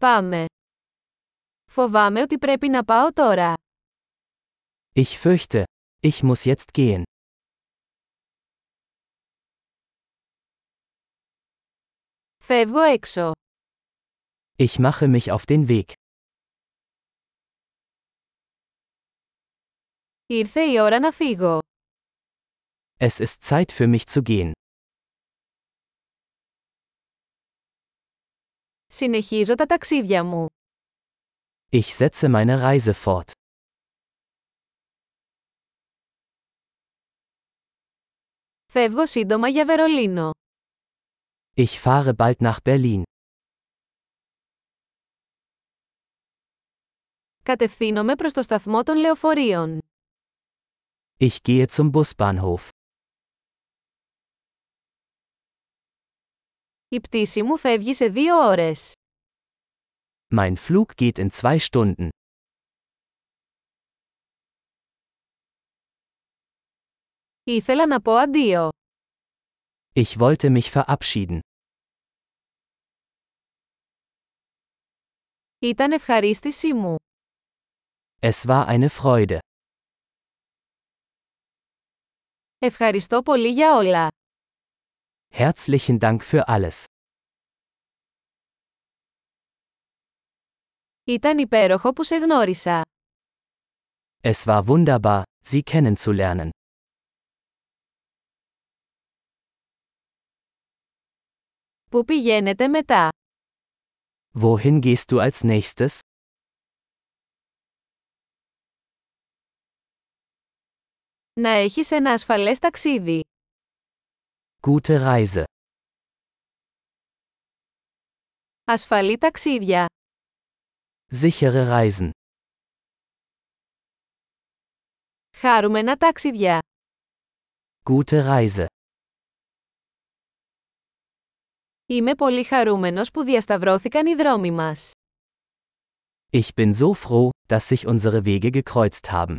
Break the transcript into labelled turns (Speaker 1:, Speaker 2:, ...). Speaker 1: Πάμε. Φοβάμαι ότι πρέπει να πάω τώρα.
Speaker 2: Ich fürchte, ich muss jetzt gehen.
Speaker 1: Φεύγω έξω.
Speaker 2: Ich mache mich auf den Weg.
Speaker 1: Ήρθε η ώρα να φύγω.
Speaker 2: Es ist Zeit für mich zu gehen.
Speaker 1: Συνεχίζω τα ταξίδια μου.
Speaker 2: Ich setze meine Reise fort.
Speaker 1: Φεύγω σύντομα για Βερολίνο.
Speaker 2: Ich fahre bald nach Berlin.
Speaker 1: Κατευθύνομαι προς το σταθμό των λεωφορείων.
Speaker 2: Ich gehe zum Busbahnhof.
Speaker 1: Η πτήση μου φεύγει σε δύο ώρες.
Speaker 2: Mein Flug geht in zwei Stunden.
Speaker 1: Ήθελα να πω αντίο.
Speaker 2: Ich wollte mich verabschieden.
Speaker 1: Ήταν ευχαρίστησή μου.
Speaker 2: Es war eine Freude.
Speaker 1: Ευχαριστώ πολύ για όλα.
Speaker 2: Herzlichen Dank für alles.
Speaker 1: Ήταν υπέροχο που σε γνώρισα.
Speaker 2: Es war wunderbar, Sie kennenzulernen.
Speaker 1: Πού πηγαίνετε μετά.
Speaker 2: Wohin gehst du als nächstes?
Speaker 1: Να έχεις ένα ασφαλές ταξίδι.
Speaker 2: Gute Reise.
Speaker 1: Ασφαλή ταξίδια.
Speaker 2: Sichere Reisen.
Speaker 1: Χάρουμενα ταξίδια.
Speaker 2: Gute Reise.
Speaker 1: Είμαι πολύ χαρούμενος που διασταυρώθηκαν οι δρόμοι μας.
Speaker 2: Ich bin so froh, dass sich unsere Wege gekreuzt haben.